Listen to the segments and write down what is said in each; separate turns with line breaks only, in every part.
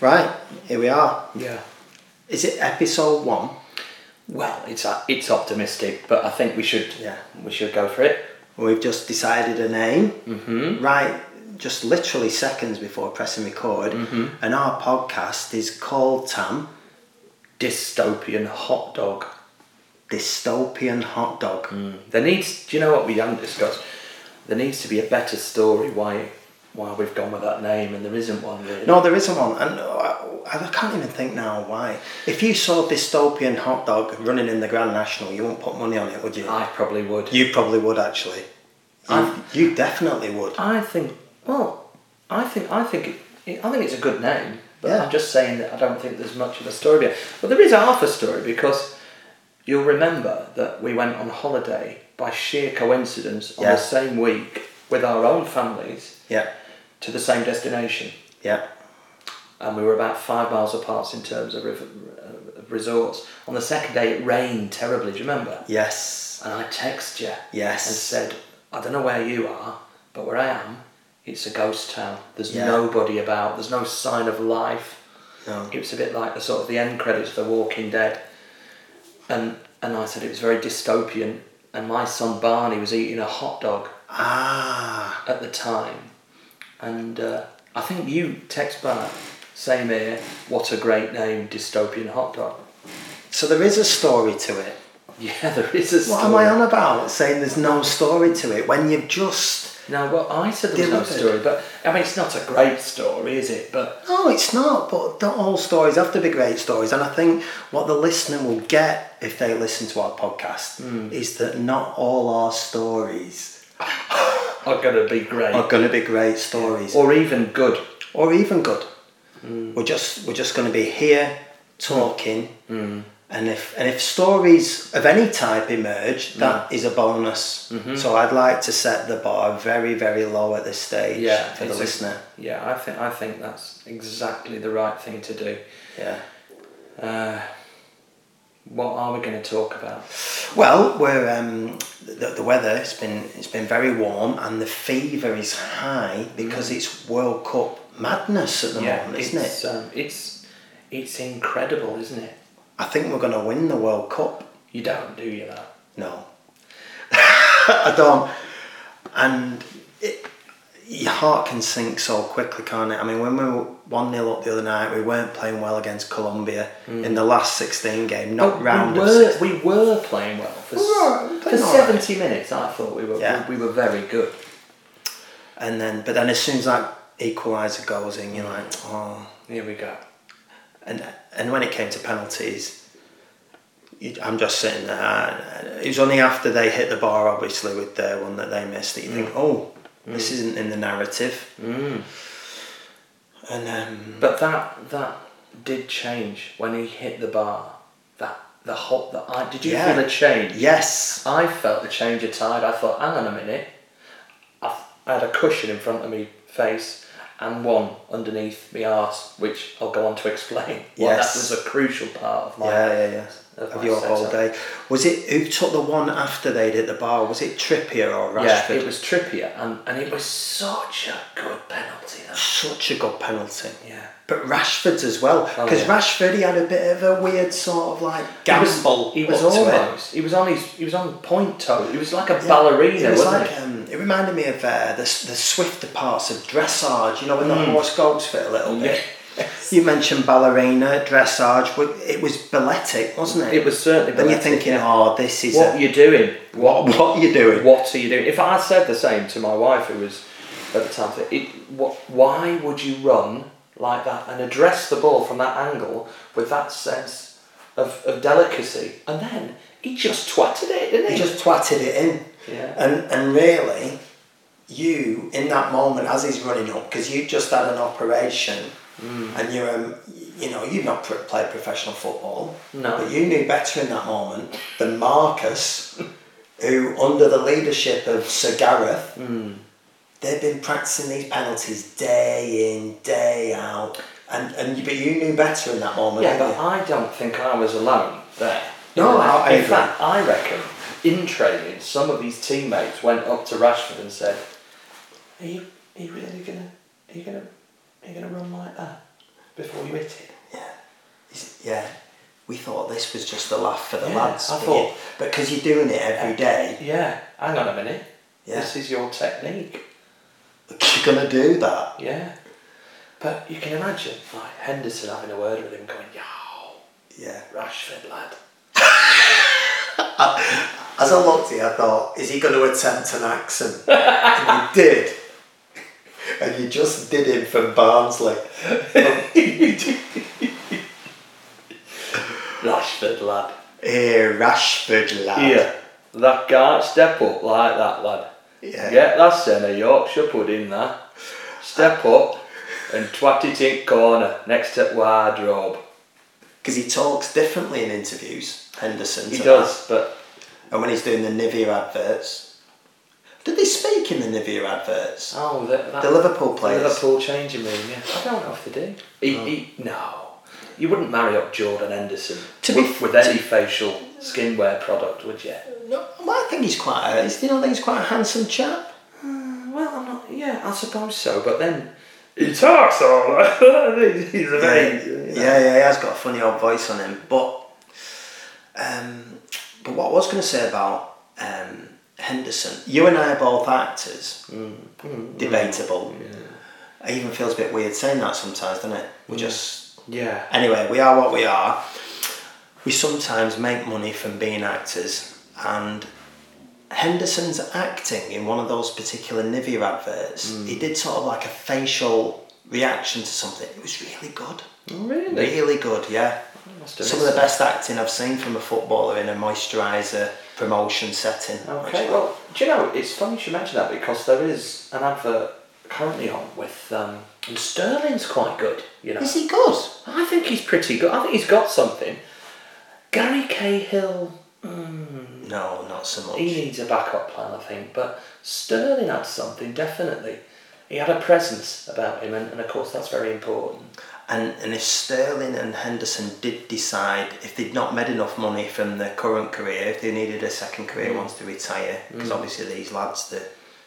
Right, here we are.
Yeah.
Is it episode one?
Well, it's uh, it's optimistic, but I think we should
Yeah.
we should go for it.
We've just decided a name.
Mhm.
Right, just literally seconds before pressing record.
Mm-hmm.
And our podcast is called Tam
Dystopian hot dog.
Dystopian Hot Dog.
There needs. Do you know what we haven't discussed? There needs to be a better story why why we've gone with that name, and there isn't one really.
No, there isn't one. And uh, I, I can't even think now why. If you saw Dystopian Hot Dog running in the Grand National, you wouldn't put money on it, would you?
I probably would.
You probably would, actually. You,
I-
you definitely would.
I think. Well, I think I think it, I think it's a good name, but
Yeah.
I'm just saying that I don't think there's much of a story. behind- But there is half a story because you'll remember that we went on holiday by sheer coincidence on
Yeah.
the same week with our own families
Yeah,
to the same destination,
yeah.
and we were about five miles apart in terms of, river, uh, of resorts. On the second day, it rained terribly. Do you remember?
Yes.
And I text you
Yes.
and said, I don't know where you are, but where I am, it's a ghost town. There's
Yeah.
nobody about, there's no sign of life.
No.
It was a bit like the sort of the end credits of The Walking Dead. And and I said it was very dystopian and my son Barney was eating a hot dog
Ah.
at the time. And uh, I think you text back, same here, what a great name, dystopian hot dog.
So there is a story to it.
Yeah, there is a story.
What am I on about? Saying there's no story to it when you've just.
No, well, I said there was no
Delivered.
story, but I mean, it's not a great story, is it? But
No, oh, it's not, but not all stories have to be great stories. And I think what the listener will get if they listen to our podcast is that not all our stories
are going to be great,
are going to be great stories
or even good.
or even good.
Mm.
We're just we're just going to be here talking,
Mm.
and if and if stories of any type
Mm.
emerge, that is a bonus.
Mm-hmm.
So I'd like to set the bar very very low at this stage
Yeah,
for the
it's a-
listener.
Yeah, I think I think that's exactly the right thing to do.
Yeah.
Uh, what are we going to talk about?
Well, we're um, the, the weather. It's been it's been very warm, and the fever is high because it's World Cup madness at the moment,
Mm. it's,
isn't it?
Um, it's it's incredible, isn't it?
I think we're going to win the World Cup.
You don't do you that?
No, I don't. And it, your heart can sink so quickly, can't it? I mean, when we were one 0 up the other night, we weren't playing well against Colombia in the last sixteen game, not round
we
of
were
16.
we were playing well for,
We were all right,
s- for
playing all right.
seventy minutes. I thought we were
Yeah.
we, we were very good.
And then, but then as soon as that equaliser goes in, you're like, oh.
Here we go.
and and when it came to penalties, you, I'm just sitting there. and It was only after they hit the bar, obviously, with their one that they missed, that you think, oh, this
Mm.
isn't in the narrative. And um,
But that that did change when he hit the bar. That the hot that I did you
Yeah.
feel a change?
yes,
I felt the change of tide. I thought, hang on a minute. I, I had a cushion in front of me face and one underneath my arse, which I'll go on to explain. why
Yes.
that was a crucial part of my.
yeah, yeah, yeah.
Of
Of
my
your whole
setup.
day. Was it who took the one after they'd hit the bar? Was it Trippier or
Yeah,
Rashford?
it was Trippier, and, and it was such a good penalty. That.
Such a good penalty.
Yeah.
But Rashford's as well,
Oh,
because
yeah.
Rashford he had a bit of a weird sort of like
He was-
gamble.
He was,
up to it.
almost. He was on his. He was on point toe. He was like a
Yeah.
ballerina,
It was
wasn't
like
he?
um, it reminded me of uh, the the swifter parts of dressage. You know, when the horse goes for it a little bit. You mentioned ballerina dressage, but it was balletic, wasn't it?
It was certainly.
Then you're
balletic,
thinking,
yeah.
oh, this is
what
a,
are you doing?
what what are you doing?
What are you doing? If I said the same to my wife, who was at the time, it, what, why would you run like that and address the ball from that angle with that sense of, of delicacy? And then he just twatted it, didn't he?
He just twatted it in,
Yeah.
and and really, you in that moment as he's running up because you've just had an operation,
Mm.
and you're um, you know you've not pr- played professional football,
No.
but you knew better in that moment than Marcus, who under the leadership of Sir Gareth.
Mm.
They've been practicing these penalties day in, day out, and, and but you knew better in that moment.
yeah,
didn't
but
you?
I don't think I was alone there.
No, I- I
in
agree.
fact, I reckon in training, some of his teammates went up to Rashford and said, "Are you, are you really gonna, are you gonna, are you gonna run like that?" before you hit it.
Is it- Yeah. We thought this was just a laugh for the
Yeah,
lads.
I
but
thought-
you- but because you're doing it every day,
Yeah, hang on a minute.
Yeah.
This is your technique.
you're gonna do that.
Yeah. But you can imagine, like, Henderson having a word with him going, yow,
Yeah.
Rashford, lad.
As I looked at you, I thought, is he going to attempt an accent? and he did. And you just did him from Barnsley.
Rashford, lad.
Hey, Rashford lad.
Yeah. That can't step up like that, lad.
Yeah.
Get that centre Yorkshire pudding there. Step up and twat it in corner next to wardrobe.
Because he talks differently in interviews, Henderson.
He
to
does, but
that. And when he's doing the Nivea adverts. Did they speak in the Nivea adverts?
oh, that, that,
The Liverpool players.
The Liverpool changing room. Yeah, I don't know if they do. He, he, no, you wouldn't marry up Jordan Henderson
To be
with,
f-
with any facial skinwear product, would you?
No, well, I think he's quite a, you know, I think he's quite a handsome chap.
Well, I'm not. Yeah, I suppose so. But then he talks all. He's a
yeah, yeah, yeah, he has got a funny old voice on him. But um, but what I was going to say about um, Henderson, you and I are both actors, debatable. It even feels a bit weird saying that sometimes, doesn't it? We just
yeah.
anyway, we are what we are. We sometimes make money from being actors, and Henderson's acting in one of those particular Nivea adverts. He did sort of like a facial reaction to something. It was really good.
Really?
Really good, yeah.
Must have
Some of the
missed
best acting I've seen from a footballer in a moisturiser promotion setting.
Okay,
actually.
well, do you know, it's funny you should mention that because there is an advert currently on with, um, and Sterling's quite good, you know.
Is he good?
I think he's pretty good. I think he's got something. Gary Cahill, hmm,
No, not so much.
he needs a backup plan, I think, but Sterling had something, definitely. He had a presence about him, and, and of course, that's very important.
And and if Sterling and Henderson did decide if they'd not made enough money from their current career, if they needed a second
Mm.
career once they retire, because obviously these lads they're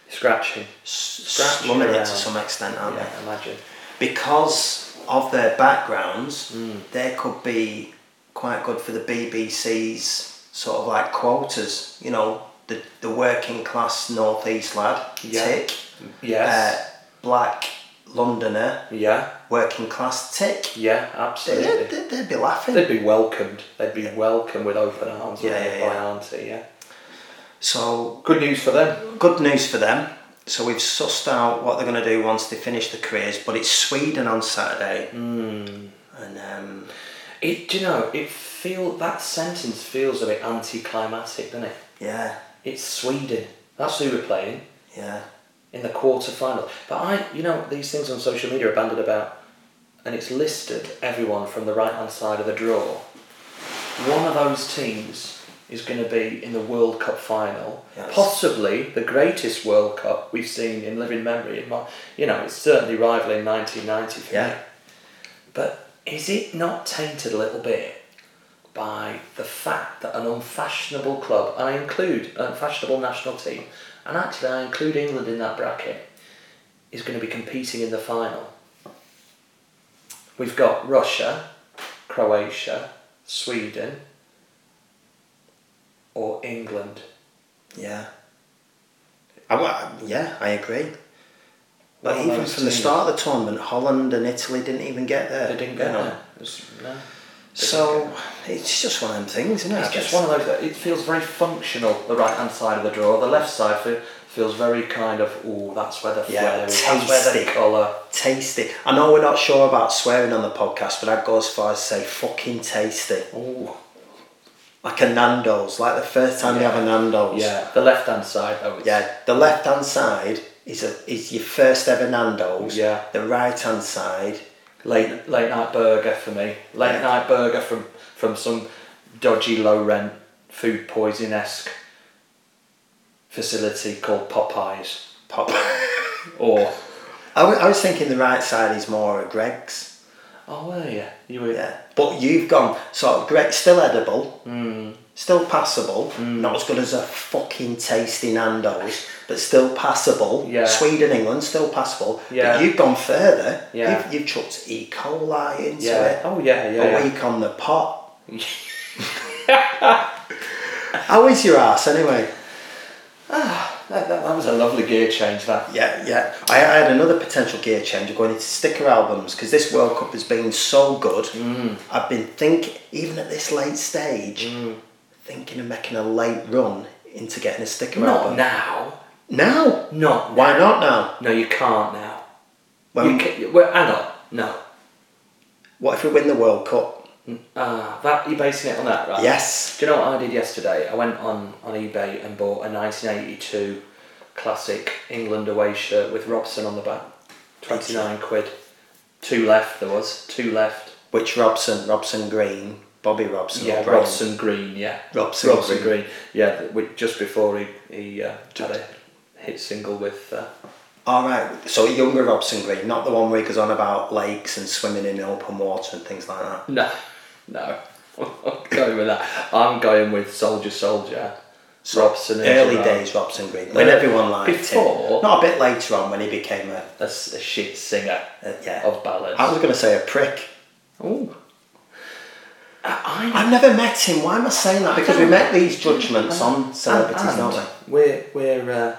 Scratching.
s- slumming it
around.
to some extent, aren't
Yeah, imagine.
they? Because of their backgrounds,
Mm.
they could be quite good for the BBC's sort of like quotas. You know, the the working class northeast lad
Yeah.
tick,
Yes.
uh, black Londoner
yeah,
working class tick.
yeah,
They'd,
absolutely.
they'd, they'd be laughing.
They'd be welcomed. They'd be welcomed with open arms
Yeah,
yeah,
yeah,
by
yeah.
auntie, yeah.
So
Good news for them.
good news for them. So we've sussed out what they're going to do once they finish the careers, but it's Sweden on Saturday,
Hmm.
and um,
It, do you know, it feel that sentence feels a bit anticlimactic, doesn't it?
yeah,
It's Sweden. That's who we're playing
yeah,
in the quarter final. But I, you know, these things on social media are banded about, and it's listed everyone from the right hand side of the draw. One of those teams is going to be in the World Cup final,
Yes.
possibly the greatest World Cup we've seen in living memory. In my, you know, it's certainly rivaling 1990 for
Yeah.
me. But is it not tainted a little bit by the fact that an unfashionable club, and I include an unfashionable national team, and actually I include England in that bracket, is going to be competing in the final? We've got Russia, Croatia, Sweden, or England.
yeah. I, wa- yeah, I agree. But
One of
even
those
from the
teams.
start of the tournament, Holland and Italy didn't even get there.
They didn't
you
get
know.
there. It's- no.
So it's just one of them things, isn't it?
It's
I
just
guess?
one of those. It feels very functional. The right hand side of the drawer, the left side fe- feels very kind of. Oh, that's where the
Yeah,
flair is. That's where the
tasty.
colour.
tasty. I know we're not sure about swearing on the podcast, but I'd go as far as say fucking tasty,
Oh,
like a Nando's, like the first time you have a Nando's.
yeah. The left hand side though. It's,
Yeah, the left hand side is a, is your first ever Nando's.
Yeah.
The right hand side.
Late late night burger for me. Late
Yeah.
night burger from from some dodgy low rent food poison esque facility called Popeyes
Pop.
or.
I, w- I was thinking the right side is more a Greg's.
Oh, were you? You were. Hmm.
Yeah. But you've gone so Greg's still edible, still passable. Not as good as a fucking tasty Nando's, but still passable.
Yeah.
Sweden, England, still passable.
Yeah.
But you've gone further.
Yeah.
You've, you've chucked E. coli into
Yeah.
it.
Oh yeah, yeah.
a
yeah.
week on the pot. How is your ass anyway?
That, that, that was a lovely gear change. That.
Yeah, yeah. I, I had another potential gear change of going into sticker albums because this World Cup has been so good. I've been think even at this late stage, thinking of making a late run into getting a sticker
Not
album.
now.
now.
Not now.
Why not now?
No, you can't now.
When,
you can, well, hang on. No.
what if we win the World Cup?
Ah, that you're basing it on that, right?
Yes.
Do you know what I did yesterday? I went on, on eBay and bought a 1982 classic England away shirt with Robson on the back. 29 quid. Two left, there was. Two left.
Which Robson? Robson Green, Bobby Oh, Robson.
Yeah,
or Brown?
Robson Green, yeah.
Robson Green.
Yeah, th- which- just before he, he uh, had a hit single with. Uh,
All right. So younger Robson Green, not the one where he goes on about lakes and swimming in open water and things like that.
no, no. I'm going with that. I'm going with Soldier Soldier. Robson and
Early
Gerrard.
days Robson Green, when
Uh,
everyone liked
before-
him. Not a bit later on when he became a,
A, s- a shit singer
a yeah.
of ballads.
I was going to say a prick.
Ooh. I,
I've never met him. Why am I saying that? Because we make these judgments on celebrities,
and,
don't we?
We're we're uh,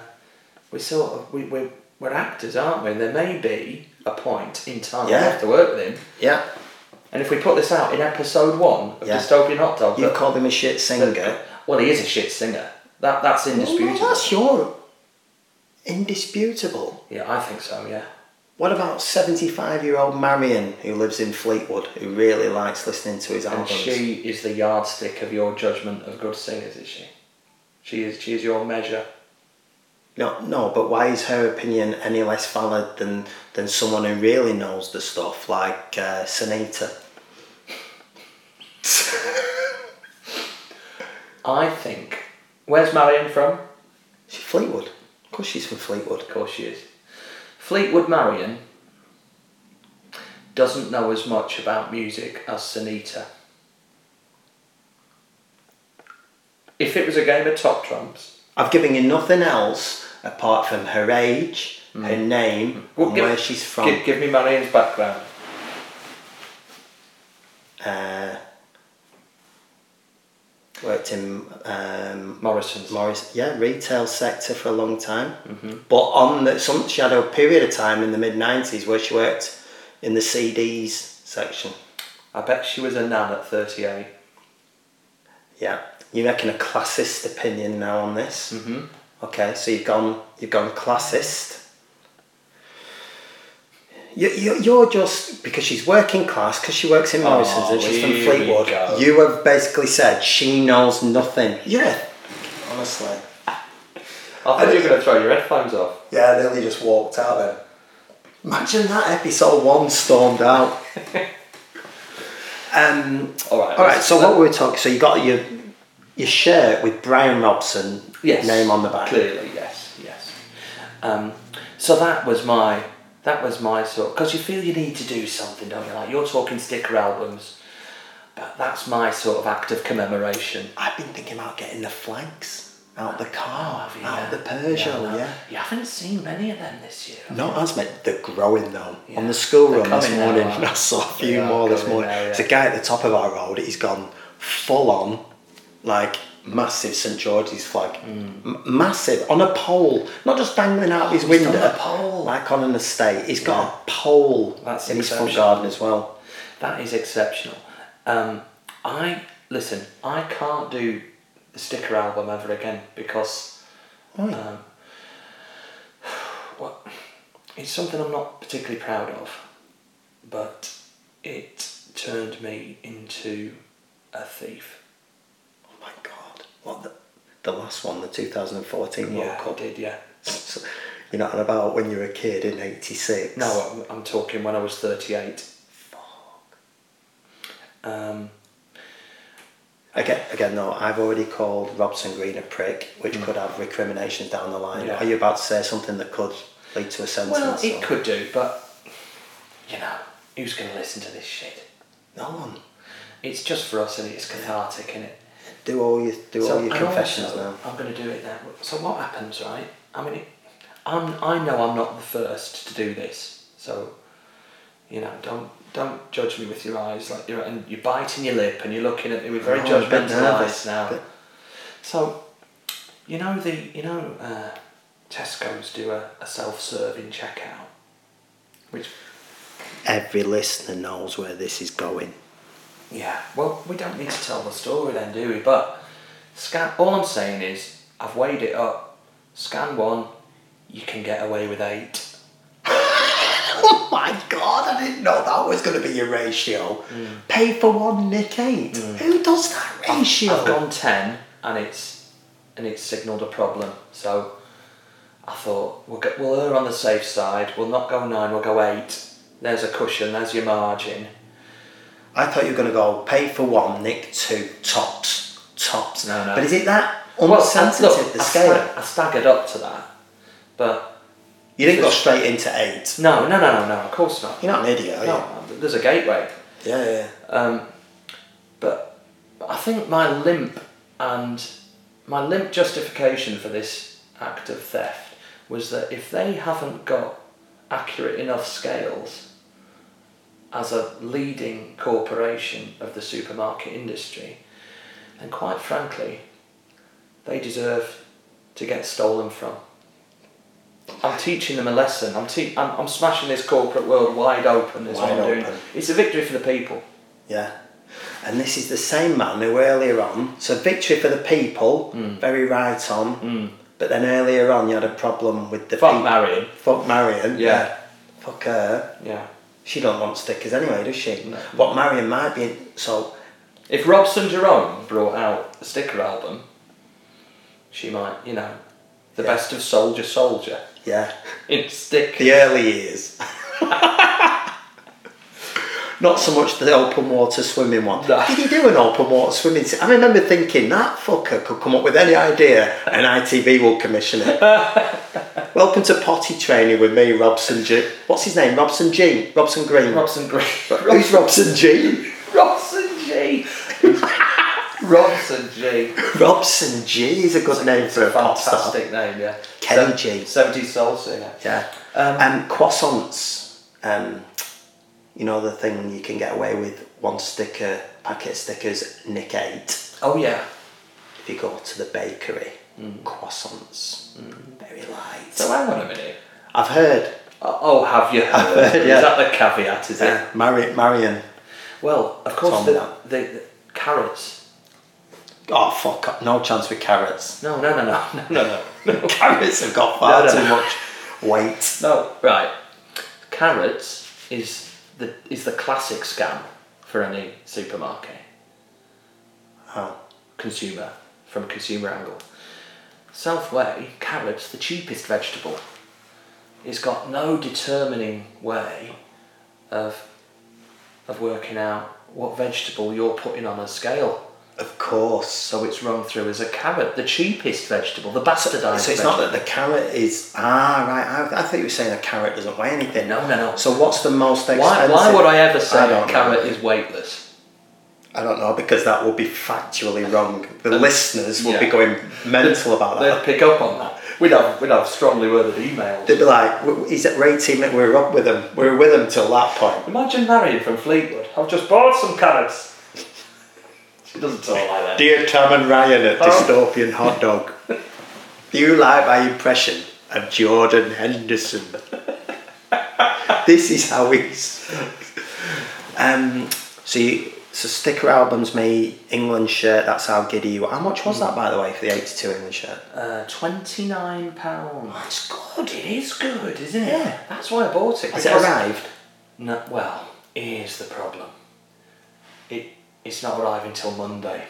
we're sort of we we're, we're actors, aren't we? And there may be a point in time
Yeah.
we have to work with him.
Yeah.
And if we put this out in episode one of
Yeah.
Dystopian Hot Dog,
You
that-
called him a shit singer.
well, he is a shit singer. That that's
Well,
indisputable.
that's your indisputable.
yeah, I think so. Yeah.
What about 75 year old Marion who lives in Fleetwood who really likes listening to his
And
albums?
she is the yardstick of your judgment of good singers, is she? She is. She is your measure.
No, no, but why is her opinion any less valid than, than someone who really knows the stuff, like uh, Sonata?
I think. Where's Marion from?
She Fleetwood. Of course she's from Fleetwood.
Of course she is. Fleetwood Marion doesn't know as much about music as Sunita. If it was a game of top trumps,
I've given you nothing else apart from her age, her name,
Mm. Well,
and
give-
where she's from.
give, give me Marion's background.
Uh, worked in um,
Morrison's.
Morris, yeah, retail sector for a long time. But on the some, she had a period of time in the mid '90s where she worked in the CDs section.
I bet she was a nan at 38.
Yeah, you're making a classist opinion now on this. Mm-hmm. Okay, so you've gone you've gone classist. You, you, you're just because she's working class because she works in Morrison's and she's from
here we
Fleetwood.
go.
You have basically said she knows nothing. Yeah, honestly.
I thought you were going to throw your headphones off.
Yeah, they only just walked out then. Imagine that episode one stormed out. um,
All right.
all right,
let's-
so what we were talking. So you got your your shirt with Brian Robson
yes.
name on the back.
Clearly, yes, yes. Um, so that was my that was my sort because you feel you need to do something, don't you? Like you're talking sticker albums, but that's my sort of act of commemoration.
I've been thinking about getting the flanks out the car,
Oh, Have you,
Ah, out the
yeah?
Peugeot.
no.
Yeah,
You haven't seen many of them this year. have
not as many. They're growing though.
Yeah.
On the school
They're
run this
coming now,
morning,
aren't they?
I saw a
They
few
are
more this
coming
morning.
now, yeah.
There's a guy at the top of our road. He's gone full on, like massive St George's flag,
Hmm.
M- massive on a pole, not just dangling out his
Oh, he's
window.
done the pole.
like on an estate. He's got a pole
That's
in his front
exceptional.
garden as well.
you? That is exceptional. Um, I listen. I can't do the sticker album ever again because
Right.
Um, well, it's something I'm not particularly proud of, but it turned me into a thief.
oh my god! What the, the last one, the 2014 World
yeah, I
Cup.
did, yeah.
So, you're not on about when you were a kid in '86.
No, I'm, I'm talking when I was 38. Um,
Again, again, no. I've already called Robson Green a prick, which could have recriminations down the line.
Yeah.
Are you about to say something that could lead to a sentence?
well,
or-
it could do, but you know, who's going to listen to this shit?
No one.
It's just for us and it's cathartic, isn't it?
do all your do all your
and
confessions
also,
now.
I'm going to do it now. So what happens, right? I mean, it, I'm, I know I'm not the first to do this. So, you know, don't don't judge me with your eyes like you're and you're biting your lip and you're looking at me with very
Oh, I'm a bit
judgmental eyes
nervous,
now.
but-
So, you know the you know uh, Tesco's do a, a self-serving checkout, which
Every listener knows where this is going.
Yeah, well, we don't need to tell the story then, do we? But scan. All I'm saying is, I've weighed it up. Scan one, you can get away with eight.
Oh my god, I didn't know that was going to be your ratio. Pay for one, nick eight. Who does that ratio?
I've gone ten, and it's and it's signalled a problem. So I thought we'll get, we'll err on the safe side. We'll not go nine. We'll go eight. There's a cushion. There's your margin.
I thought you were going to go pay for one, nick two, tops, tops.
No, no.
But is it that
Well, I-
unsensitive,
look,
the
I
scale?
stag- I staggered up to that, but
you didn't go straight into eight.
no, no, no, no, no. Of course not.
You're not an idiot, are
No, there's a gateway.
you? Yeah, yeah.
Um, but I think my limp and my limp justification for this act of theft was that if they haven't got accurate enough scales as a leading corporation of the supermarket industry, then quite frankly, they deserve to get stolen from. I'm teaching them a lesson. I'm, te- I'm, I'm smashing this corporate world wide open. Is what
Wide
I'm doing.
open.
It's a victory for the people.
Yeah. And this is the same man who earlier on, so victory for the people,
Hmm.
very right on. But then earlier on, you had a problem with the
Fuck
peop-
Marion.
Fuck Marion.
Yeah.
Fuck her.
Yeah.
She don't want stickers anyway, does she?
No.
What Marion might be. So
If Robson Jerome brought out a sticker album, she might, you know, the
Yeah.
best of Soldier Soldier
yeah,
in stick.
the early years. Not so much the open water swimming one.
No.
Did he do an open water swimming? se- I remember thinking that fucker could come up with any idea and ITV will commission it. Welcome to potty training with me, Robson G. What's his name? Robson G. Robson Green.
Robson Green.
Who's Robson G?
Robson G. Robson G.
Robson G is a good name for a pop star.
Fantastic name, yeah.
Kenny G.
Se- 70s soul singer.
Yeah.
Um,
Um, croissants. Um, you know the thing you can get away with one sticker, packet of stickers, nick eight.
Oh yeah.
If you go to the bakery, croissants, very light.
So hang on a minute.
I've heard.
Oh, oh, have you heard?
heard, yeah.
Is that the caveat? Is it?
Marion, Marion.
Well, of course,
Tom,
the,
no.
the, the carrots.
Oh fuck! up, No chance with carrots. Uh,
No, no, no, no, no, no, no.
carrots have got far
No, no,
too
no.
much weight.
No, right. Carrots is the is the classic scam for any supermarket
Oh,
consumer from a consumer angle. South Way carrots the cheapest vegetable. It's got no determining way of of working out what vegetable you're putting on a scale.
of course.
So it's run through as a carrot, the cheapest vegetable, the bastardized.
So it's not that the carrot is ah right. I, I thought you were saying a carrot doesn't weigh anything.
No, no, no.
So what's the most expensive?
why, why would I ever say
don't
a carrot
know.
is weightless?
I don't know because that would be factually wrong. The listeners would be
yeah.
going mental about
They'd
that.
pick up on that. We'd have, we'd have strongly worded emails.
They'd be like, "W- "He's at Ray team. that We're up with him. We're with him till that point."
Imagine Marion from Fleetwood. I've just bought some carrots. She doesn't talk like that.
Dear Tom and Ryan at
Oh.
Dystopian Hot Dog, do you like my impression of Jordan Henderson? this is how he's. Um, so, you, so sticker albums, me England shirt. That's how giddy you. are. How much was that, by the way, for the eighty-two England shirt?
Uh, Twenty-nine pounds.
That's
Oh, Good. It is good, isn't it?
Yeah.
That's why I bought it.
Has it
because-
arrived?
No. Well, here's the problem. It it's not arriving till Monday.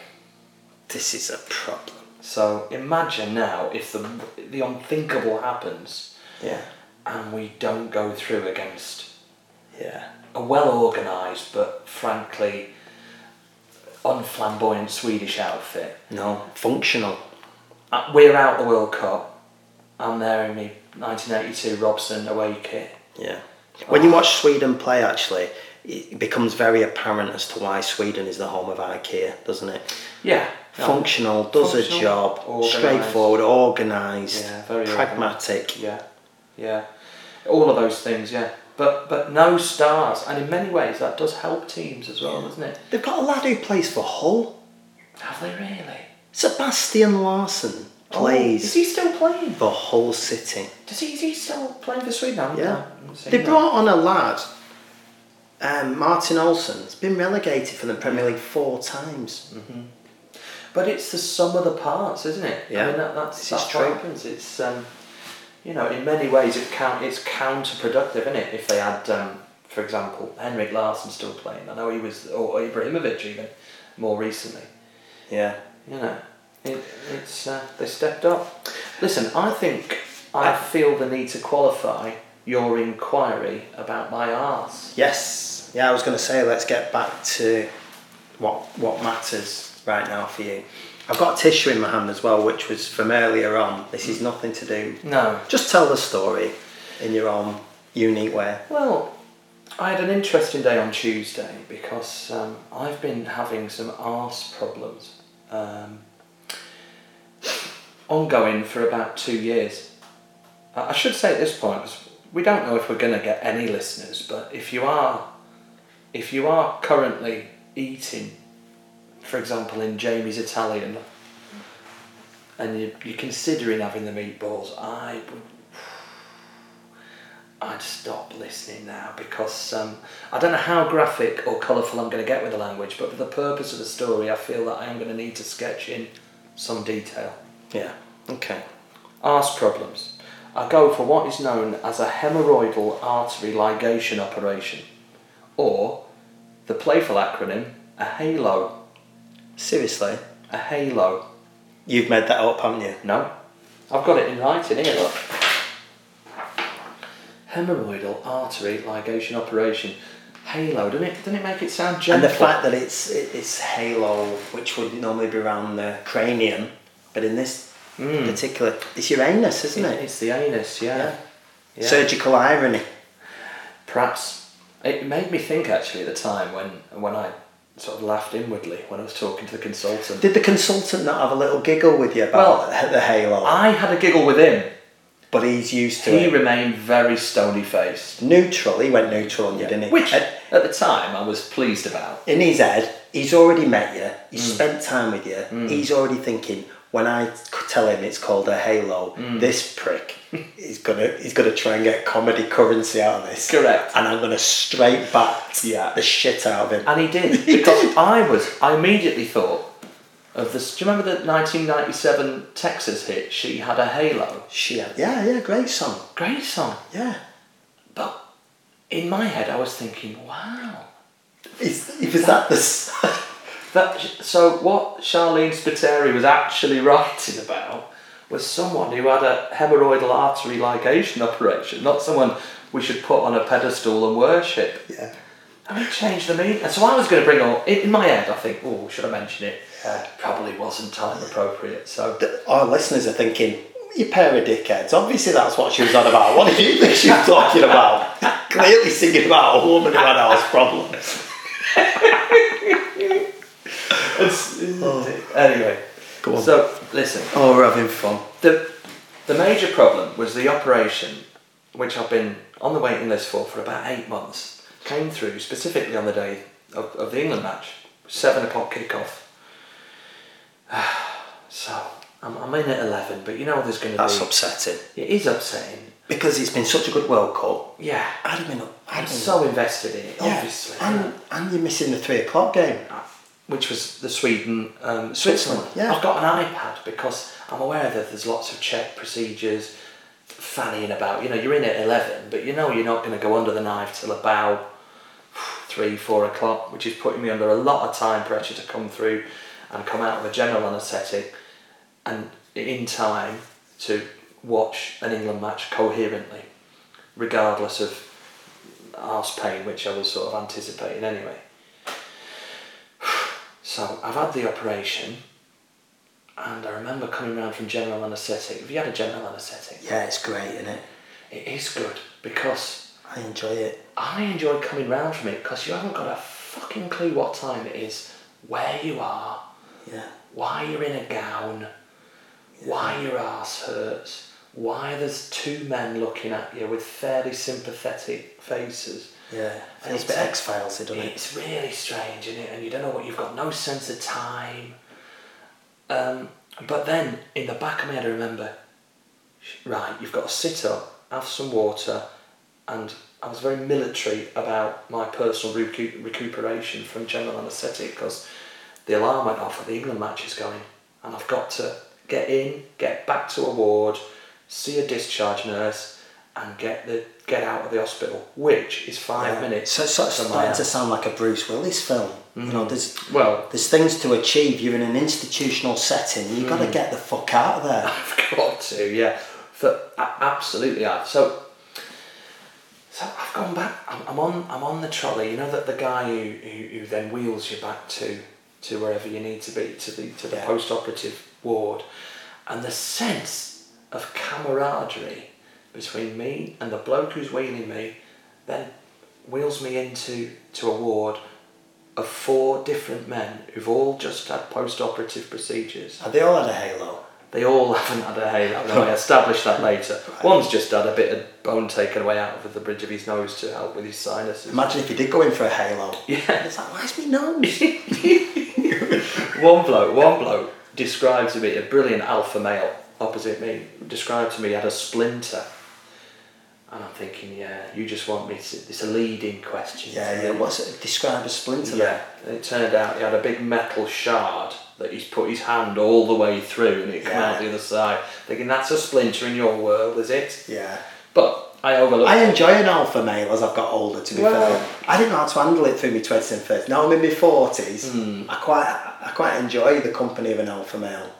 This is a problem.
So imagine now if the the unthinkable happens
Yeah.
and we don't go through against
Yeah.
a well organised but frankly unflamboyant Swedish outfit.
No. Functional.
Uh, We're out the World Cup. I'm there in me 1982 Robson away kit.
Yeah. Oh. When you watch Sweden play, actually, it becomes very apparent as to why Sweden is the home of IKEA, doesn't it?
Yeah,
Functional, does
Functional,
a job,
organised.
straightforward, organised,
Yeah, very
pragmatic.
Yeah, yeah, all of those things. Yeah, but but no stars, and in many ways that does help teams as well, doesn't it?
They've got a lad who plays for Hull.
Have they really?
Sebastian Larson
Oh, is
plays
he still playing?
for Hull City.
Does he? Is he still playing for Sweden? I haven't-
Yeah.
I haven't seen
They
that.
brought on a lad, um, Martin Olsen. He's been relegated from the Premier League four times.
But it's the sum of the parts, isn't it? I
Yeah.
mean, that, that's,
This
that's
is
what
true.
happens. It's, um, you know, in many ways it count, it's counterproductive, isn't it? If they had, um, for example, Henrik Larsson still playing. I know he was, or Ibrahimovic even, more recently.
Yeah.
You know, it, it's, uh, they stepped up. Listen, I think I feel the need to qualify your inquiry about my arse.
Yes. Yeah, I was going to say, let's get back to what what matters right now for you. I've got a tissue in my hand as well, which was from earlier on. This is nothing to do.
No,
Just tell the story in your own unique way.
Well, I had an interesting day on Tuesday because um, I've been having some arse problems um, ongoing for about two years. I I should say at this point, 'cause we don't know if we're going to get any listeners, but if you are, if you are currently eating, for example, in Jamie's Italian, and you, you're considering having the meatballs, I would I'd stop listening now because um, I don't know how graphic or colourful I'm going to get with the language, but for the purpose of the story, I feel that I am going to need to sketch in some detail.
Yeah. Okay.
Arse problems. I go for what is known as a hemorrhoidal artery ligation operation, or the playful acronym, a halo.
Seriously,
A halo.
you've made that up, haven't you?
No. I've got it in writing here, look. Hemorrhoidal artery ligation operation. Halo, doesn't it, doesn't it make it sound gentle?
And the fact that it's it- it's halo, which would normally be around the cranium, but in this particular, it's your anus, isn't
It-
it?
it's the anus, yeah.
Yeah.
Yeah.
Surgical irony.
Perhaps it made me think actually at the time when when I sort of laughed inwardly when I was talking to the consultant.
Did the consultant not have a little giggle with you about the halo?
I had a giggle with him.
but he's used to
He
it.
remained very stony faced.
Neutral. He went neutral on you, didn't he? Uh,
Which
At-
at the time I was pleased about.
in his head, he's already met you. He's spent time with you. He's already thinking. When I c- tell him it's called a halo, this prick is gonna he's gonna try and get comedy currency out of this.
Correct.
And I'm gonna straight back
Yeah.
the shit out of him.
And he did. because I was, I immediately thought of this. Do you remember the 1997 Texas hit, She Had a Halo?
She had, yeah, yeah, great song.
Great song.
Yeah.
But in my head, I was thinking, wow.
Is, is that the s-
That, so, what Charlene Spiteri was actually writing about was someone who had a hemorrhoidal artery ligation operation, not someone we should put on a pedestal and worship.
Yeah.
And it changed the meaning. And so I was going to bring all in my head. I think, oh, should I mention it? Yeah. Probably wasn't time appropriate. So
that Our listeners are thinking, you pair of dickheads. Obviously, that's what she was on about. What do you think she was talking about? Clearly, singing about a woman who had house problems.
It's- anyway,
Go on.
so listen.
Oh, we're having fun.
The the major problem was the operation, which I've been on the waiting list for for about eight months. Came through specifically on the day of, of the England match, seven o'clock kickoff. So I'm, I'm in at eleven, but you know there's going to
That's
be.
upsetting
it is upsetting.
because it's been such a good World Cup.
Yeah,
I'd have been, I'd
I'm
have been
so invested in it.
Yeah,
Obviously,
And, and you're missing the three o'clock game.
uh, which was the Sweden um, Switzerland.
yeah.
I've got an iPad because I'm aware that there's lots of check procedures, fannying about. You know, you're in at eleven, but you know you're not going to go under the knife till about three, four o'clock, which is putting me under a lot of time pressure to come through and come out with a general anaesthetic and in time to watch an England match coherently, regardless of arse pain, which I was sort of anticipating anyway. So I've had the operation, and I remember coming round from general anaesthetic. Have you had a general anaesthetic?
Yeah, it's great, isn't it?
It is good because
I enjoy it.
I enjoy coming round from it because you haven't got a fucking clue what time it is, where you are,
Yeah.
why you're in a gown, why your ass hurts, why there's two men looking at you with fairly sympathetic faces.
Yeah. Feels
And
a
it's
bit
like-
X Files, doesn't it?
It's really strange, is it? And you don't know what you've got, no sense of time. Um, but then, in the back of my head, I remember, sh- right, you've got to sit up, have some water, and I was very military about my personal recu- recuperation from general anaesthetic because the alarm went off at the England match is going, and I've got to get in, get back to a ward, see a discharge nurse, and get the get out of the hospital, which is five
Yeah.
minutes.
So, so it's
from my
starting
house.
to sound like a Mm. Bruce Willis film. You know, there's
Well-
there's things to achieve. You're in an institutional setting. You've got to get the fuck out of there.
I've got to, yeah. For a- absolutely, I so. So I've gone back. I'm, I'm on. I'm on the trolley. You know that the guy who, who, who then wheels you back to to wherever you need to be to the to the
Yeah.
post-operative ward, and the sense of camaraderie between me and the bloke who's wheeling me, then wheels me into to a ward of four different men who've all just had post-operative procedures.
Have they all had a halo?
They all haven't had a halo. No, I established that later. One's just had a bit of bone taken away out of the bridge of his nose to help with his sinuses.
Imagine if you did go in for a halo.
Yeah.
It's like, where's my nose?
one bloke, one bloke described to me a brilliant alpha male opposite me described to me he had a splinter, and I'm thinking, yeah, you just want me to. It's a leading question.
yeah, yeah. What's it? Describe a splinter.
Yeah, and it turned out he had a big metal shard that he's put his hand all the way through and it came out the other side. Thinking that's a splinter in your world, is it?
Yeah.
But I overlooked.
I enjoy an alpha male as I've got older. To be
Well-
fair, I didn't know how to handle it through my twenties and thirties. Now I'm in my forties.
Hmm.
I quite, I quite enjoy the company of an alpha male.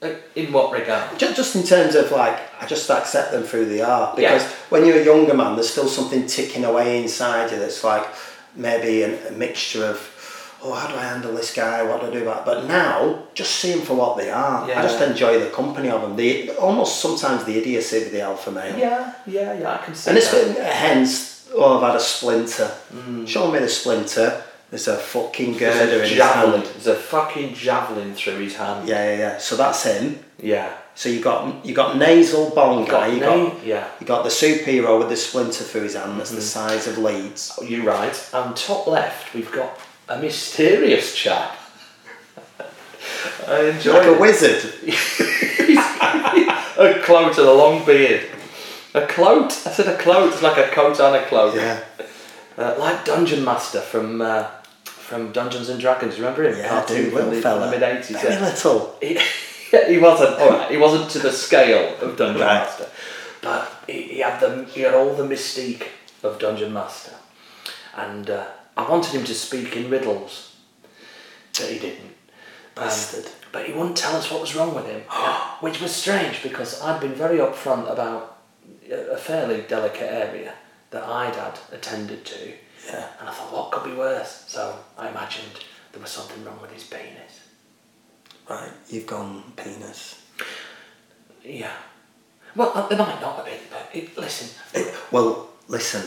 Uh, In what regard?
Ju- Just in terms of like, I just accept them through the art
Yeah.
because when you're a younger man, there's still something ticking away inside you that's like maybe an, a mixture of, oh, how do I handle this guy? What do I do about? But now, just see them for what they are. I just
Yeah.
enjoy the company of them. The almost sometimes the idiocy of the alpha male.
Yeah, yeah, yeah. I can see
And it's
that.
hence, oh, I've had a splinter. Show me the splinter. There's a fucking girder in
Mm. There's a
his
javelin.
hand.
There's a fucking javelin through his hand.
Yeah, yeah, yeah. So that's him.
Yeah.
So you got you got nasal bong guy. You
name-
got
yeah.
you got the superhero with the splinter through his hand. That's
Mm-hmm.
the size of Leeds.
You're right. And top left, we've got a mysterious chap. I enjoy
Like a
it.
wizard.
a cloak and a long beard. A cloak? I said a cloak. It's like a coat and a cloak.
Yeah.
Uh, like Dungeon Master from uh, from Dungeons and Dragons. Remember him?
Yeah,
Cartoon
dude,
from
little
the- from
fella.
the mid eighties.
Very little.
he, he wasn't all right. He wasn't to the scale of Dungeon
Right.
Master, but he, he had the he had all the mystique of Dungeon Master, and uh, I wanted him to speak in riddles, but he didn't. Um,
Bastard.
but he wouldn't tell us what was wrong with him, which was strange because I'd been very upfront about a a fairly delicate area that I'd had attended to.
Yeah.
And I thought, what could be worse? So I imagined there was something wrong with his penis.
Right. You've gone penis.
Yeah. Well, uh, they might not have been, but it, listen.
It- well, listen.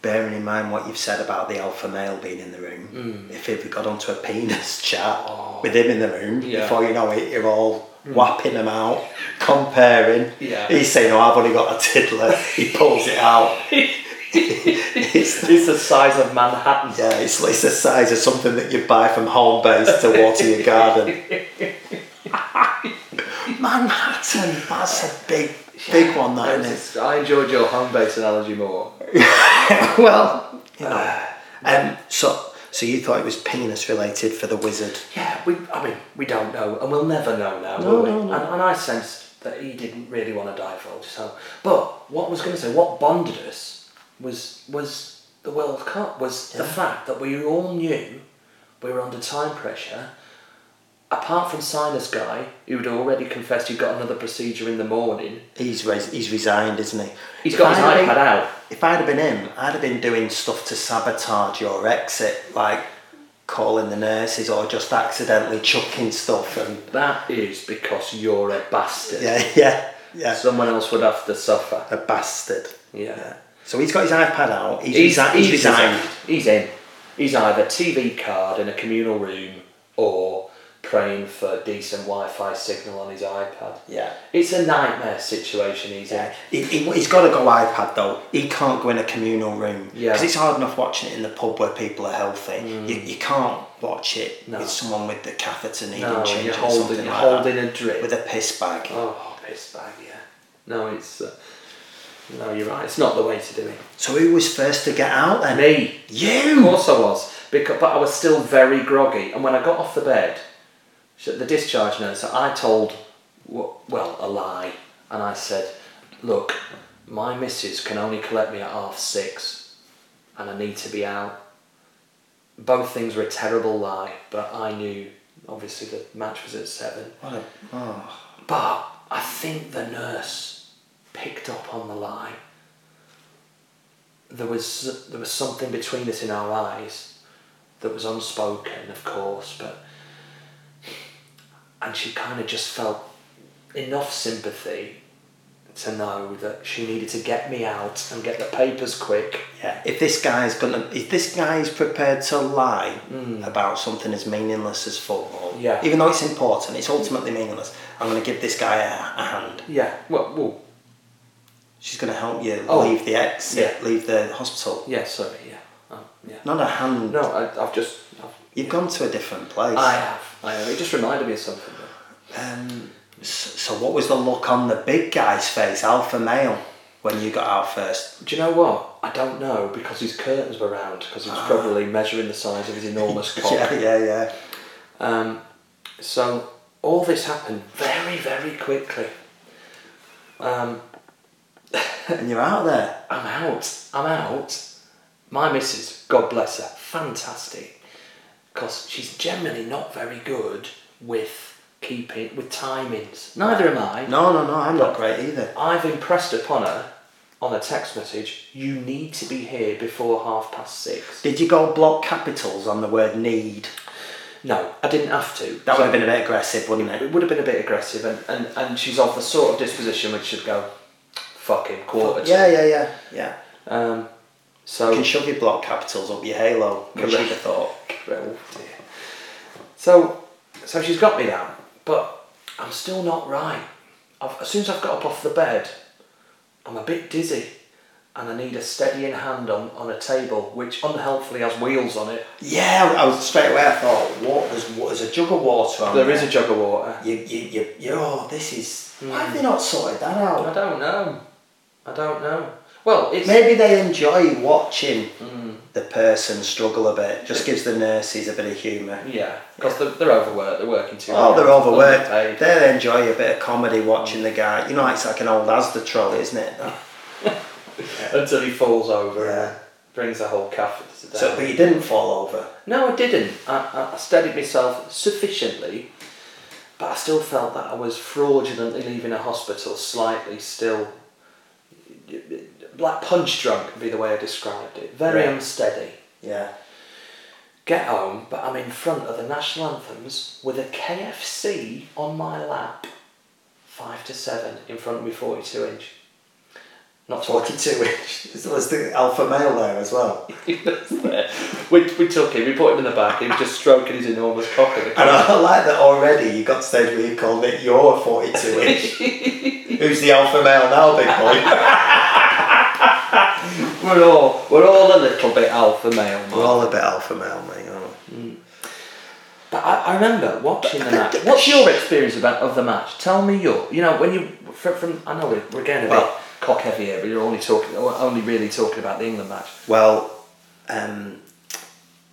Bearing in mind what you've said about the alpha male being in the room,
Mm.
if we got onto a penis chat with him in the room,
Oh. Yeah. Mm.
before you know it, you're all whapping him out, comparing.
Yeah.
He's saying, "Oh, I've only got a tiddler." he pulls it out.
It's, it's the size of Manhattan.
Yeah, it's, it's the size of something that you buy from home base to water your garden. Manhattan, that's a big, big one, that isn't it?
I enjoyed your home base analogy more. Uh,
well, you know. Um, so, so you thought it was penis related for the wizard?
Yeah, we. I mean, we don't know, and we'll never know now,
No,
will we?
no, no.
And, and I sensed that he didn't really want to divulge. So, but what I was going to say, what bonded us was was the World Cup, was the fact that we all knew we were under time pressure. Apart from Sinus guy, who had already confessed he'd got another procedure in the morning,
He's res- he's resigned, isn't he?
he's got his
If I'd have
iPad
been-
out.
If I'd have been him, I'd have been doing stuff to sabotage your exit, like calling the nurses or just accidentally chucking stuff and
That is because you're a bastard.
yeah, yeah, yeah.
Someone else would have to suffer.
A bastard.
Yeah.
So he's got his iPad out. He's,
He's,
resi-
he's,
he's resigned.
He's in. He's either TV card in a communal room or praying for decent Wi-Fi signal on his iPad.
Yeah.
It's a nightmare situation he's in.
Yeah. He, he, he's got to go iPad though. He can't go in a communal room.
Yeah. Mm.
Because it's hard enough watching it in the pub where people are healthy. You, you can't watch it
No.
with someone with the catheter needing
No,
changing
you're
or
holding,
something
you're
like
holding a drip.
that. With a piss bag.
Oh, piss bag, yeah. No, it's. Uh, no, you're right. It's not the way to do it.
So who was first to get out then?
Me, of
You!
course I was, because but I was still very groggy. And when I got off the bed, sh- the discharge nurse, I told, w- well, a lie, and I said, look, my missus can only collect me at half six, and I need to be out. Both things were a terrible lie, but I knew obviously the match was at seven.
What a, oh.
But I think the nurse picked up on the lie. There was there was something between us in our eyes that was unspoken, of course, but and she kind of just felt enough sympathy to know that she needed to get me out and get the papers quick.
Yeah. If this guy's gonna, if this guy's prepared to lie about something as meaninless as football,
Mm. Yeah.
even though it's important, it's ultimately meaninless. I'm gonna give this guy a, a hand.
Yeah. Well. well
She's gonna help you
Oh.
leave the exit,
Yeah.
leave the hospital.
yeah. Sorry. Yeah. Oh, yeah.
Not a hand.
No. I, I've just. I've,
You've gone to a different place.
I have. I have. It just reminded me of something. though.
Um, s- so what was the look on the big guy's face, alpha male, when you got out first?
Do you know what? I don't know because his curtains were round because he was probably measuring the size of his enormous cock.
Ah. Yeah, yeah, yeah.
Um, so all this happened very, very quickly. Um,
And you're out there.
I'm out. I'm out. My missus, God bless her, fantastic. Because she's generally not very good with keeping with timings. Neither am I.
No, no, no. I'm not great either.
I've impressed upon her on a text message. You need to be here before half past six.
Did you go block capitals on the word need?
No, I didn't have to.
That would have been a bit aggressive, wouldn't it?
it would have been a bit aggressive, and, and, and she's of the sort of disposition which should go, fucking quarter. to."
Yeah, yeah, yeah, yeah.
Um,
You
so.
can shove your block capitals up your halo, which you'd have thought.
Oh, dear. So, so she's got me down, but I'm still not right. I've, as soon as I've got up off the bed, I'm a bit dizzy, and I need a steadying hand on, on a table which unhelpfully has wheels on it.
Yeah, I was straight away. I thought, what? There's, wa- there's a jug of water on
There is a jug of water.
You, you, you, you, oh, this is. Why have they not sorted that out?
I don't know. I don't know. Well, it's
Maybe they enjoy watching the person struggle a bit. Just gives the nurses a bit of humour.
yeah, because they're, they're overworked. They're working too
Oh,
hard.
they're overworked.
underpaid.
They enjoy a bit of comedy watching the guy. You know, it's like an old Asda trolley, isn't it? that?
until he falls over
Yeah.
and brings the whole calf down.
So, but you didn't fall over.
no, I didn't. I, I- I steadied myself sufficiently, but I still felt that I was fraudulently leaving a hospital, slightly still like punch drunk would be the way I described it. Very
Right.
unsteady.
Yeah.
Get home, but I'm in front of the national anthems with a KFC on my lap, five to seven in front of me, forty-two inch. Not forty-two inch.
So there's the alpha male there as well.
He was there. we, we took him, we put him in the back, he was just stroking his enormous cock at the
And
corner.
I like that already you got to the stage where you called it your 42 inch. Who's the alpha male now, big boy?
We're all, we're all a little bit alpha male. man.
We're all a bit alpha male, mate. aren't we?
But I, I remember watching the
But-
match.
but-
What's your experience about of the match? Tell me your, you know, when you, from, from I know we're, we're getting a bit
Well-
cock heavy here, but you're only talking, we're only really talking about the England match.
Well, um,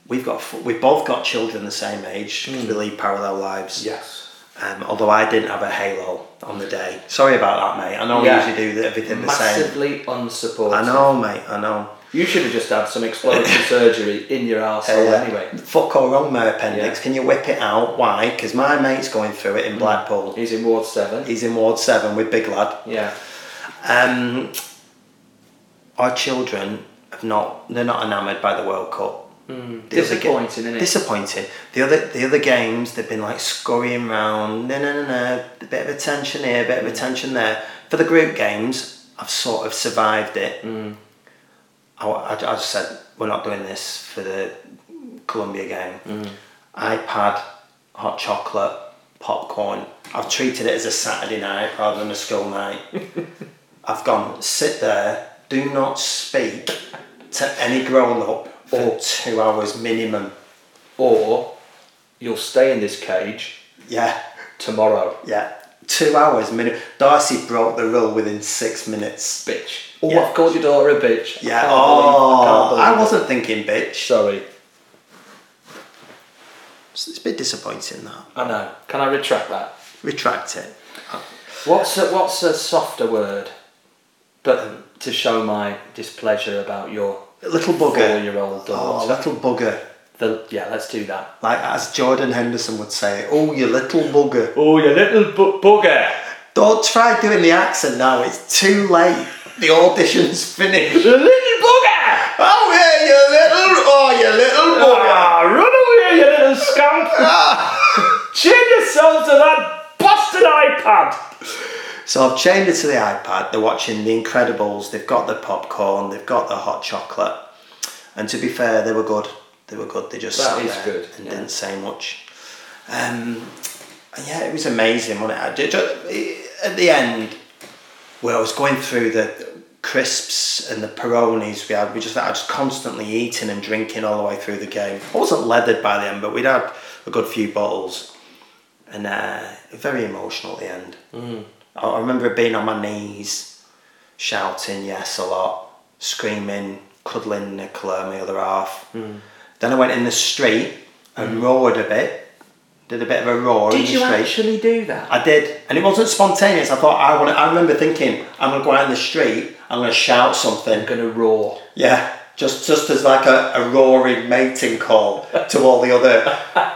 we've got f- we've both got children the same age 'cause
Hmm.
we lead parallel lives.
Yes.
Um, although I didn't have a halo on the day. Sorry about that, mate. I know
Yeah.
I usually do the- everything the same.
Massively unsupported.
I know, mate. I know.
You should have just had some exploratory surgery in your arsehole
Yeah.
anyway.
uh, Fuck all wrong, my appendix.
Yeah. Hmm.
Can you whip it out? Why? Because my mate's going through it in Blackpool.
He's in Ward 7.
He's in Ward Seven with Big Lad.
Yeah.
Um, our children have not. They're not enamoured by the World Cup.
Hmm.
The other ga-
Disappointing, isn't it?
Disappointing. The other the other games they've been like scurrying round, no no no no, a bit of attention here, a bit
Mm.
of attention there. For the group games, I've sort of survived it.
Mm.
I, I, I just
Mm.
said we're not doing this for the Columbia game. iPad, hot chocolate, popcorn. I've treated it as a Saturday night rather than a school night. I've gone, sit there, do not speak to any grown up for
Or-
two hours minimum.
Or you'll stay in this cage
Yeah,
tomorrow,
yeah. Two hours minimum. Darcy broke the rule within six minutes.
bitch. Oh,
Yeah.
I've called your daughter a bitch. I
Yeah,
can't believe- can't
oh,
believe
I
it.
wasn't thinking bitch.
Sorry.
It's it's a bit disappointing that.
I know. Can I retract that?
Retract it.
What's a, what's a softer word, but um, to show my displeasure about your
Little bugger.
four-year-old
Oh,
daughter?
little bugger.
The, yeah, let's do that.
Like as Jordan Henderson would say, oh, you little bugger.
Oh, you little bu- bugger!
Don't try doing the accent now, it's too late. The audition's finished.
You little bugger!
Oh, yeah, you little, oh, you little bugger. Ah.
Ah, run away, you little scamp! Chain yourself to that busted iPad!
So I've chained it to the iPad. They're watching The Incredibles. They've got the popcorn. They've got the hot chocolate. And to be fair, they were good. They were good. They just
That
sat
is
there
good,
and
yeah.
didn't say much. Um, and yeah, it was amazing. Wasn't it? I did- At the end, where I was going through the crisps and the Peronis we had, we just I was constantly eating and drinking all the way through the game. I wasn't leathered by the end, but we'd had a good few bottles and uh, very emotional at the end. Mm. I, I remember being on my knees, shouting yes a lot, screaming, cuddling Nicola, my other half. Mm. Then I went in the street and roared a bit, did a bit of a roar in
Mm. Did
the
you
street.
actually do that?
I did, and it wasn't spontaneous. I thought I want. I remember thinking I'm gonna go out in the street. I'm gonna shout
I'm
something.
gonna roar.
Yeah, just just as like a, a roaring mating call to all the other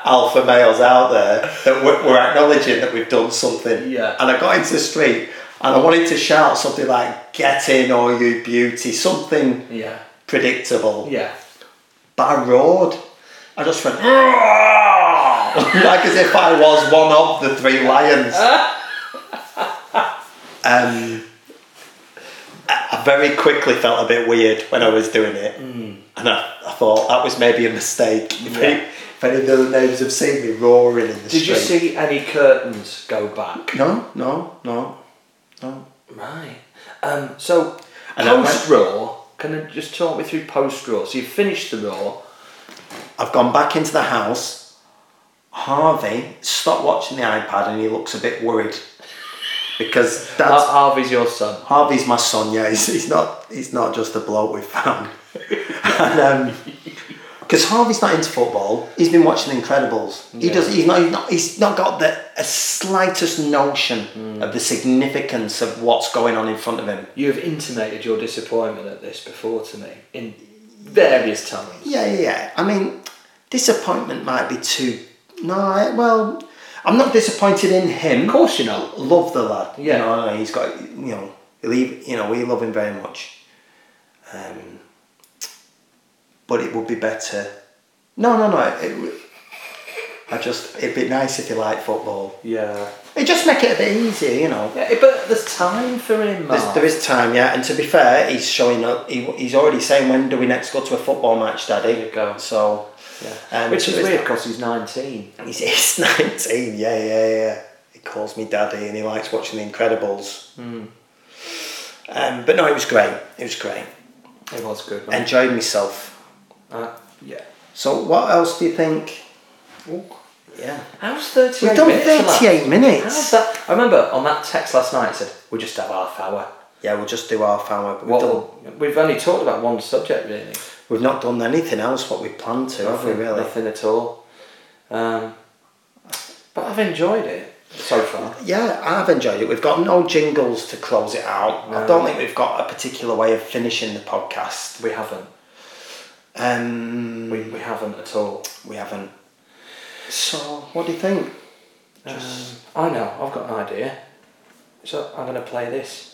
alpha males out there that we're, we're acknowledging that we've done something.
Yeah.
And I got into the street and I wanted to shout something like "Get in, or you beauty," something
Yeah.
predictable.
Yeah.
But I roared. I just went "Ah!"
Ah.
like as if I was one of the three lions. um, I I very quickly felt a bit weird when I was doing it, and I, I thought that was maybe a mistake. If,
Yeah.
any, if any of the other neighbours have seen me roaring in the
Did
street,
you see any curtains go back?
No, no, no, no.
Right. Um, so
And I
post roar. Can you just talk me through post roar? So you finished the roar.
I've gone back into the house. Harvey stopped watching the iPad and he looks a bit worried because
Har-
Dad's
Harvey's your son.
Harvey's my son. Yeah, he's, he's not he's not just a bloke we found. and because Harvey's not into football, he's been watching The Incredibles. He
Yeah.
does. He's not, he's not. He's not got the a slightest notion
Hmm.
of the significance of what's going on in front of him.
You have intimated your disappointment at this before to me in various times.
Yeah, yeah, yeah. I mean, disappointment might be too. No, I, well, I'm not disappointed in him.
Of course, you know.
love the lad.
Yeah.
You know, he's got you know, leave you know, we love him very much. Um, but it would be better. No, no, no. It, w- I just it'd be nice if you like football.
Yeah.
It just make it a bit easier, you know.
yeah. But there's time for him, Mark.
There's, there is time, yeah. And to be fair, he's showing up. He, he's already saying, "When do we next go to a football match, Daddy?"
There you go.
So,
Yeah.
Um,
Which
so
is
it's
weird
not-
because he's 19.
He's, he's 19, yeah, yeah, yeah. He calls me daddy and he likes watching The Incredibles. Um, but no, it was great. It was great.
It was good.
I
Man.
enjoyed myself.
Uh, yeah.
So, what else do you think? Yeah.
How's 38
We've done
minutes elapsed?
38
How's
minutes.
that? I remember on that text last night it said, we'll just have half hour.
Yeah, we'll just do half hour. But we've, done,
Well, we've only talked about one subject really.
we've not done anything else what we planned to, have we, really?
Nothing at all. Um, but I've enjoyed it so far.
Yeah, I've enjoyed it. We've got no jingles to close it out. I don't think we've got a particular way of finishing the podcast.
We haven't.
Um,
We,
Hmm.
we haven't at all.
We haven't. So, what do you think?
Just, I know. I've got an idea. So I'm going to play this.